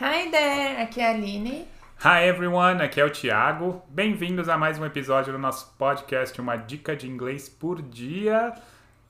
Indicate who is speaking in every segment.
Speaker 1: Hi there, aqui é a Aline.
Speaker 2: Hi everyone, aqui é o Thiago. Bem-vindos a mais um episódio do nosso podcast, uma dica de inglês por dia.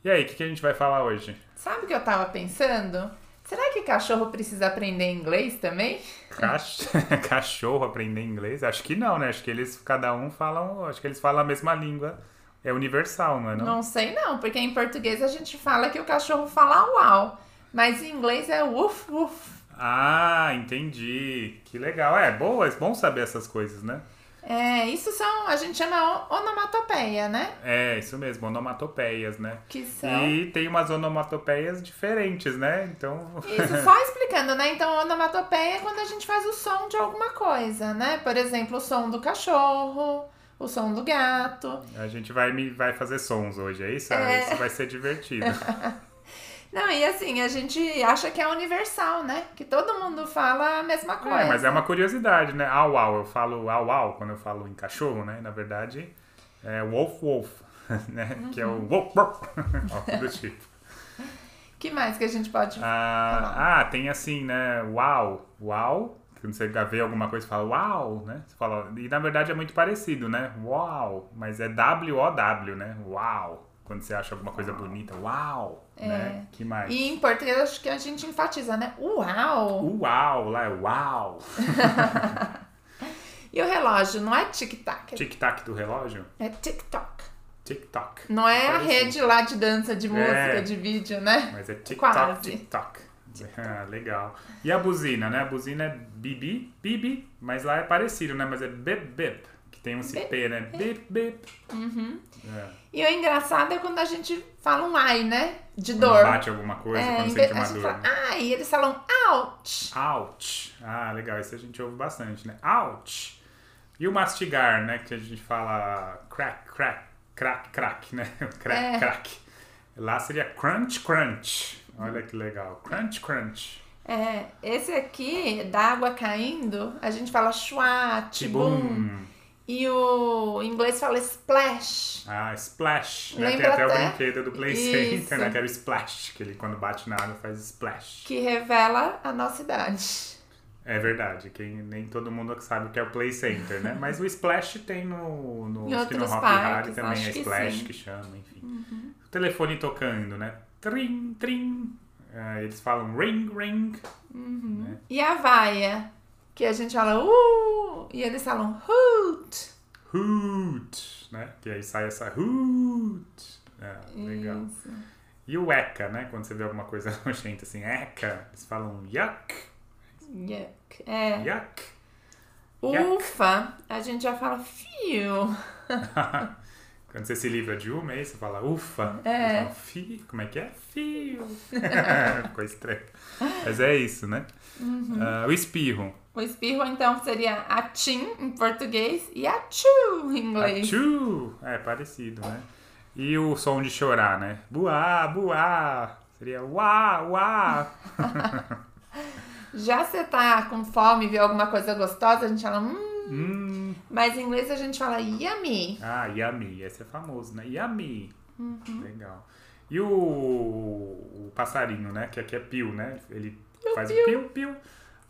Speaker 2: E aí, o que, que a gente vai falar hoje?
Speaker 1: Sabe o que eu tava pensando? Será que cachorro precisa aprender inglês também?
Speaker 2: Cach- Cachorro aprender inglês? Acho que não, né? Acho que eles, cada um falam, acho que eles falam a mesma língua. É universal, não é não?
Speaker 1: Não sei não, porque em português a gente fala que o cachorro fala uau, mas em inglês é woof woof.
Speaker 2: Ah, entendi. Que legal. É, boa, é bom saber essas coisas, né?
Speaker 1: É, isso são, a gente chama o- onomatopeia, né?
Speaker 2: É, isso mesmo, onomatopeias, né?
Speaker 1: Que são...
Speaker 2: E tem umas onomatopeias diferentes, né? Então,
Speaker 1: Isso, só explicando, né? Então, onomatopeia é quando a gente faz o som de alguma coisa, né? Por exemplo, o som do cachorro, o som do gato.
Speaker 2: a gente vai, me, vai fazer sons hoje, é isso?
Speaker 1: É.
Speaker 2: Isso vai ser divertido. É,
Speaker 1: Não, e assim, a gente acha que é universal, né? Que todo mundo fala a mesma coisa.
Speaker 2: É, mas é uma curiosidade, né? Au, au. Eu falo au, au quando eu falo em cachorro, né? Na verdade, é wolf, wolf. Né? Que é o
Speaker 1: Uhum.
Speaker 2: wolf, wolf. Algo do tipo.
Speaker 1: que mais que a gente pode... Tá
Speaker 2: Ah, ah, tem assim, né? Uau, uau. Quando você vê alguma coisa, você fala uau, né? Você fala, e na verdade é muito parecido, né? Uau, mas é W-O-W, né? Uau. Quando você acha alguma coisa bonita, uau, né? Que mais?
Speaker 1: É. E em português, acho que a gente enfatiza, né? Uau!
Speaker 2: Uau, lá é uau.
Speaker 1: E o relógio, não é tic-tac,
Speaker 2: Tic-tac do relógio?
Speaker 1: é tic-toc.
Speaker 2: Tic-tac.
Speaker 1: Não é a
Speaker 2: Parecido.
Speaker 1: rede lá de dança, de música,
Speaker 2: É.
Speaker 1: de vídeo, né?
Speaker 2: Mas é
Speaker 1: Quase.
Speaker 2: tic-tac, tic-tac. Ah, legal. E a buzina, né? A buzina é bibi, bibi, mas lá é parecido, né? Mas é bip, bip, que tem um cipê, né? Bip, bip.
Speaker 1: Uhum.
Speaker 2: É,
Speaker 1: E o engraçado é quando a gente fala um ai, né? De
Speaker 2: quando
Speaker 1: dor.
Speaker 2: bate alguma coisa,
Speaker 1: é,
Speaker 2: quando
Speaker 1: em vez-
Speaker 2: sente
Speaker 1: a
Speaker 2: uma
Speaker 1: gente
Speaker 2: dor.
Speaker 1: fala
Speaker 2: né?
Speaker 1: ai, eles falam ouch.
Speaker 2: Ouch. Ah, legal. Isso a gente ouve bastante, né? Ouch. E o mastigar, né? Que a gente fala crack, crack, crack, crack, né? Crack,
Speaker 1: É.
Speaker 2: crack. Lá seria crunch, crunch. Olha que legal. Crunch, crunch.
Speaker 1: É, esse aqui, da água caindo, a gente fala chua, tibum. E o inglês fala splash.
Speaker 2: Ah, Splash. Né? Tem
Speaker 1: Lembra
Speaker 2: até o
Speaker 1: até-
Speaker 2: brinquedo do Play
Speaker 1: Isso.
Speaker 2: Center, né? Que era o Splash, que ele quando bate na água faz Splash.
Speaker 1: Que revela a nossa idade.
Speaker 2: É verdade, quem, nem todo mundo que sabe o que é o Play Center, né? Mas o Splash tem no, no,
Speaker 1: Em
Speaker 2: acho que no
Speaker 1: outros
Speaker 2: Hop
Speaker 1: parques,
Speaker 2: Hard também,
Speaker 1: acho
Speaker 2: é
Speaker 1: que
Speaker 2: Splash
Speaker 1: sim. Uhum.
Speaker 2: que chama, enfim. O telefone tocando, né? Trim, trim. Ah, eles falam ring, ring.
Speaker 1: Uhum.
Speaker 2: Né?
Speaker 1: E a vaia, que a gente fala uh, e eles falam hoot.
Speaker 2: Hoot, né? Que aí sai essa hoot. Ah, legal.
Speaker 1: Isso.
Speaker 2: E o eca, né? Quando você vê alguma coisa nojenta assim, eca, eles falam yuck,
Speaker 1: Yuck. É.
Speaker 2: yuck.
Speaker 1: Ufa, a gente já fala fio.
Speaker 2: Quando você se livra de uma, aí você fala ufa.
Speaker 1: É.
Speaker 2: Você fala, Fi, como é que é? Fio. Ficou estranho. Mas é isso, né? Ah, o espirro.
Speaker 1: O espirro então seria atim em português e achu em inglês.
Speaker 2: Achu! É parecido, né? E o som de chorar, né? Buá, buá. Seria uá, uá.
Speaker 1: Já você tá com fome e vê alguma coisa gostosa, a gente fala hum,
Speaker 2: Hum.
Speaker 1: mas em inglês a gente fala yummy.
Speaker 2: Ah, yummy. Esse é famoso, né? Yummy. Legal. E o, o passarinho, né? Que aqui é pio, né? Ele faz o piu, piu.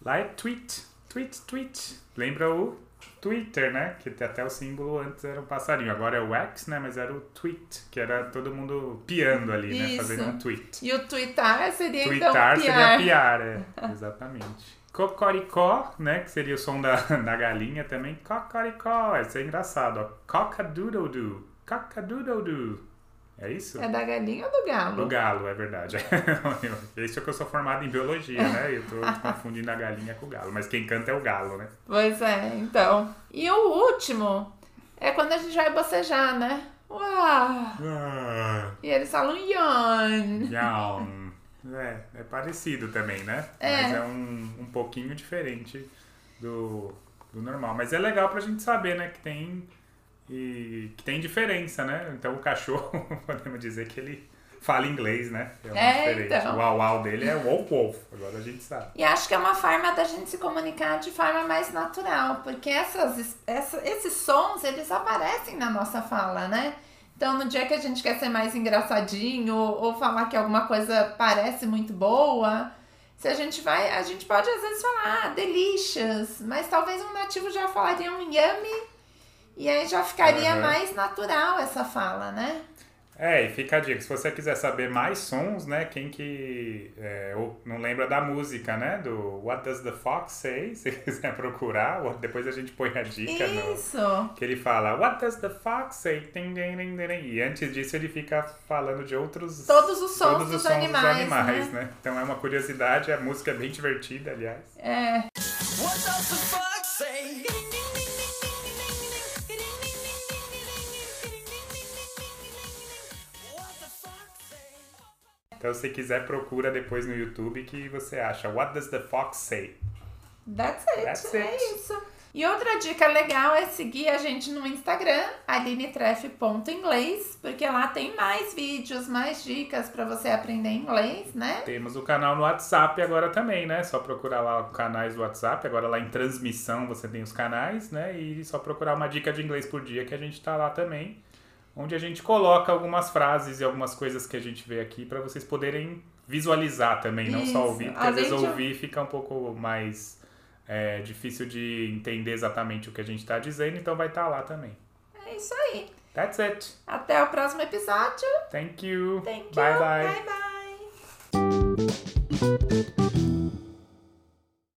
Speaker 2: Lá é tweet, tweet, tweet. Lembra o Twitter, né? Que tem até o símbolo antes era um passarinho. Agora é o X, né? Mas era o tweet, que era todo mundo piando ali, né?
Speaker 1: Isso.
Speaker 2: Fazendo um tweet.
Speaker 1: E o tweetar seria
Speaker 2: Tweetar
Speaker 1: então
Speaker 2: seria
Speaker 1: piar.
Speaker 2: piar, é. Exatamente. Cocoricó, né? Que seria o som da, da galinha também. Cocoricó, isso é engraçado, ó. Cocadoodle-doo, cocadoodle-doo. É isso?
Speaker 1: É da galinha ou do
Speaker 2: Do
Speaker 1: galo?
Speaker 2: galo, é verdade. Isso é que eu sou formado em biologia, né? Eu tô confundindo a galinha com o galo. Mas quem canta é o galo, né?
Speaker 1: Pois é, então. E o último é quando a gente vai bocejar, né? Uau! E eles falam yawn.
Speaker 2: Nham. É, é parecido também, né?
Speaker 1: É.
Speaker 2: Mas é um, um pouquinho diferente do, do normal. Mas é legal pra gente saber, né? Que tem, e, que tem diferença, né? Então o cachorro, podemos dizer que ele fala inglês, né? É, um
Speaker 1: É,
Speaker 2: diferente.
Speaker 1: então.
Speaker 2: O au-au dele é wolf wolf. Agora a gente sabe.
Speaker 1: E acho que é uma forma da gente se comunicar de forma mais natural, porque essas, essa- esses sons, eles aparecem na nossa fala, né? Então, no dia que a gente quer ser mais engraçadinho ou falar que alguma coisa parece muito boa, Se a gente vai, a gente pode às vezes falar ah, delicious, mas talvez um nativo já falaria um yummy e aí já ficaria
Speaker 2: Aham.
Speaker 1: mais natural essa fala, né?
Speaker 2: É, e fica a dica. Se você quiser saber mais sons, né? Quem que é, ou- não lembra da música, né? Do What Does the Fox Say? Se quiser procurar, ou depois a gente põe a dica no...
Speaker 1: Isso.
Speaker 2: Que ele fala What Does the Fox Say? Tim, tim, tim, tim, tim. E antes disso ele fica falando de outros...
Speaker 1: Todos os sons
Speaker 2: todos
Speaker 1: dos
Speaker 2: os sons
Speaker 1: animais,
Speaker 2: animais, né? Então é uma curiosidade. A música é bem divertida, aliás.
Speaker 1: É.
Speaker 3: What does the fox say? What the fox say?
Speaker 2: Então se quiser, procura depois no YouTube que você acha What Does the Fox Say?
Speaker 1: That's it.
Speaker 2: That's
Speaker 1: é
Speaker 2: it.
Speaker 1: isso. E outra dica legal é seguir a gente no Instagram, alinetref.inglês, porque lá tem mais vídeos, mais dicas pra você aprender inglês, né?
Speaker 2: Temos o canal no WhatsApp agora também, né? Só procurar lá os canais do WhatsApp. Agora lá em transmissão você tem os canais, né? E só procurar uma dica de inglês por dia que a gente tá lá também. Onde a gente coloca algumas frases e algumas coisas que a gente vê aqui para vocês poderem visualizar também, não
Speaker 1: Isso.
Speaker 2: só ouvir. Porque às
Speaker 1: Além
Speaker 2: vezes
Speaker 1: de-
Speaker 2: ouvir fica um pouco mais é, difícil de entender exatamente o que a gente tá dizendo, então vai estar lá também.
Speaker 1: É isso aí.
Speaker 2: That's it.
Speaker 1: Até o próximo episódio.
Speaker 2: Thank you.
Speaker 1: Thank you.
Speaker 2: Bye bye.
Speaker 1: bye. bye.